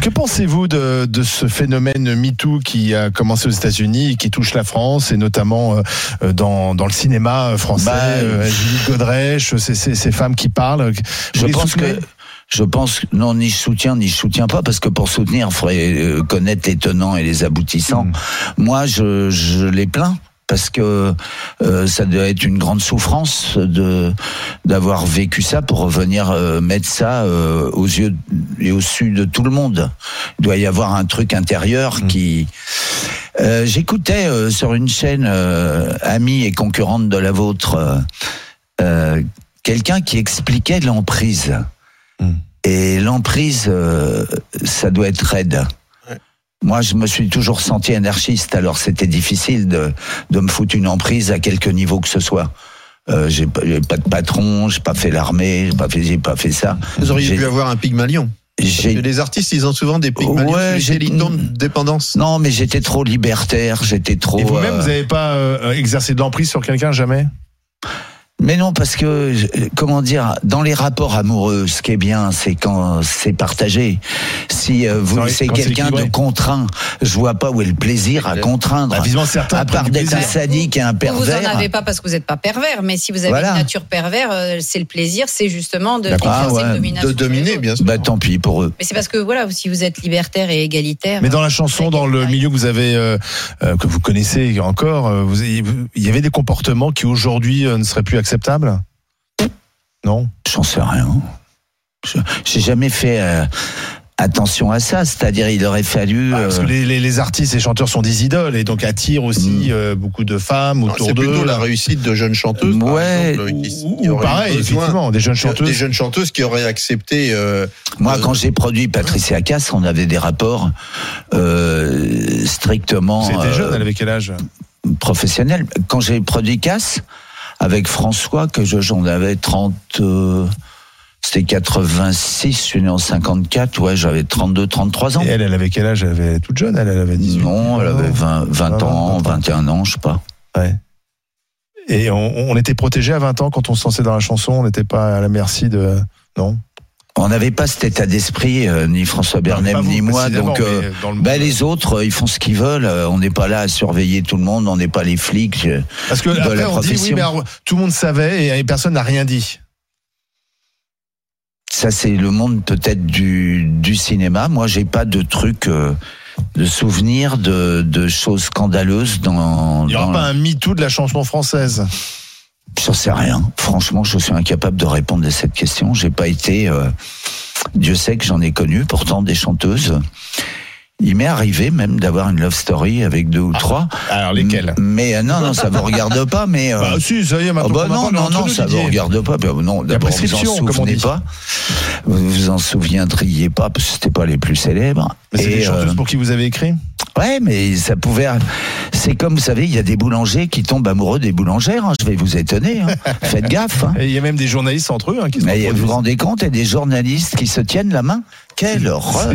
Que pensez-vous de, de, ce phénomène MeToo qui a commencé aux États-Unis et qui touche la France et notamment euh, dans, dans le cinéma français bah, euh, Julie Godrèche, ces, ces, ces, femmes qui parlent. euh, Vous je pense que je pense non ni je soutiens ni je soutiens pas parce que pour soutenir il faudrait euh, connaître les tenants et les aboutissants. Mmh. Moi je, je les plains parce que euh, ça doit être une grande souffrance de d'avoir vécu ça pour revenir euh, mettre ça euh, aux yeux et au sud de tout le monde. Il doit y avoir un truc intérieur mmh. qui euh, J'écoutais sur une chaîne amie et concurrente de la vôtre euh, quelqu'un qui expliquait l'emprise. Mmh. Et l'emprise, euh, ça doit être raide. Moi, je me suis toujours senti anarchiste, alors c'était difficile de, de me foutre une emprise à quelque niveau que ce soit. Euh, j'ai pas, pas de patron, j'ai pas fait l'armée, j'ai pas fait, j'ai pas fait ça. Vous auriez pu avoir un pygmalion. Les artistes, ils ont souvent des pygmalions ouais, j'ai de dépendance. Non, mais j'étais trop libertaire, j'étais trop. Et vous-même, euh... vous n'avez pas euh, exercé d'emprise sur quelqu'un jamais mais non, parce que, euh, comment dire, dans les rapports amoureux, ce qui est bien, c'est quand c'est partagé. Si euh, vous c'est quelqu'un de contraint, je vois pas où est le plaisir à contraindre. Bah, certains à part d'être un sadique et un pervers. Vous en avez pas parce que vous n'êtes pas pervers, mais si vous avez voilà. une nature pervers, euh, c'est le plaisir, c'est justement de, ah, ouais. de dominer, bien sûr. Bah, tant pis pour eux. Mais c'est parce que, voilà, si vous êtes libertaire et égalitaire. Mais dans la chanson, dans le milieu que vous avez, euh, euh, que vous connaissez encore, euh, vous, il y avait des comportements qui aujourd'hui euh, ne seraient plus acceptables acceptable Non J'en sais rien. J'ai jamais fait euh, attention à ça. C'est-à-dire, il aurait fallu. Euh... Ah, parce que les, les, les, artistes et chanteurs sont des idoles et donc attirent Mm. aussi mmh. euh, beaucoup de femmes autour d'eux. C'est plutôt la réussite de jeunes chanteuses. Ouais. Par exemple, qui, qui ou, pareil, effectivement, des jeunes chanteuses. Des jeunes chanteuses qui auraient accepté. euh, Moi, euh, quand j'ai produit Patricia Cass, on avait des rapports euh, strictement. euh, C'était jeune, elle avait quel âge Professionnel. Quand j'ai produit Cass avec François que je j'en avais 30 euh, c'était 86, je suis né en 54, ouais, j'avais 32, 33 ans. Et elle, elle avait quel âge Elle avait toute jeune, elle, elle avait 18 Non, elle avait 20, 20, 20 ans, 20. 21 ans, je sais pas. Ouais. Et on, on était protégé à 20 ans quand on se lançait dans la chanson, on n'était pas à la merci de. Non on n'avait pas cet état d'esprit, euh, ni François Bernem, ni vous, moi. Donc, euh, le bah, les autres, euh, ils font ce qu'ils veulent. on n'est pas là à surveiller tout le monde. On n'est pas les flics. Parce que de après, la on dit, oui, mais alors, tout le monde savait et personne n'a rien dit. Ça, c'est le monde peut-être du, du, cinéma. Moi, j'ai pas de truc euh, de souvenirs de, de, choses scandaleuses dans. Il n'y aura dans pas un MeToo de la chanson française. J'en sais rien. Franchement, je suis incapable de répondre à cette question. J'ai pas été. Euh... Dieu sait que j'en ai connu, pourtant des chanteuses. Il m'est arrivé même d'avoir une love story avec deux ou ah, trois. Alors lesquelles Mais euh, non, non, ça vous regarde pas. Mais euh... bah si, ça y est, maintenant. Oh, bah, non, non, non, ça vous regarde pas. Bah, non, d'abord vous en souvenez pas. Vous vous en souviendriez pas parce que c'était pas les plus célèbres. euh, Mais c'est des chanteuses pour qui vous avez écrit Ouais, mais ça pouvait. C'est comme, vous savez, il y a des boulangers qui tombent amoureux des boulangères. Hein. Je vais vous étonner. Hein. Faites gaffe. Il hein. y a même des journalistes entre eux hein, qui se mais Vous vous rendez compte Il y a des journalistes qui se tiennent la main. Quelle horreur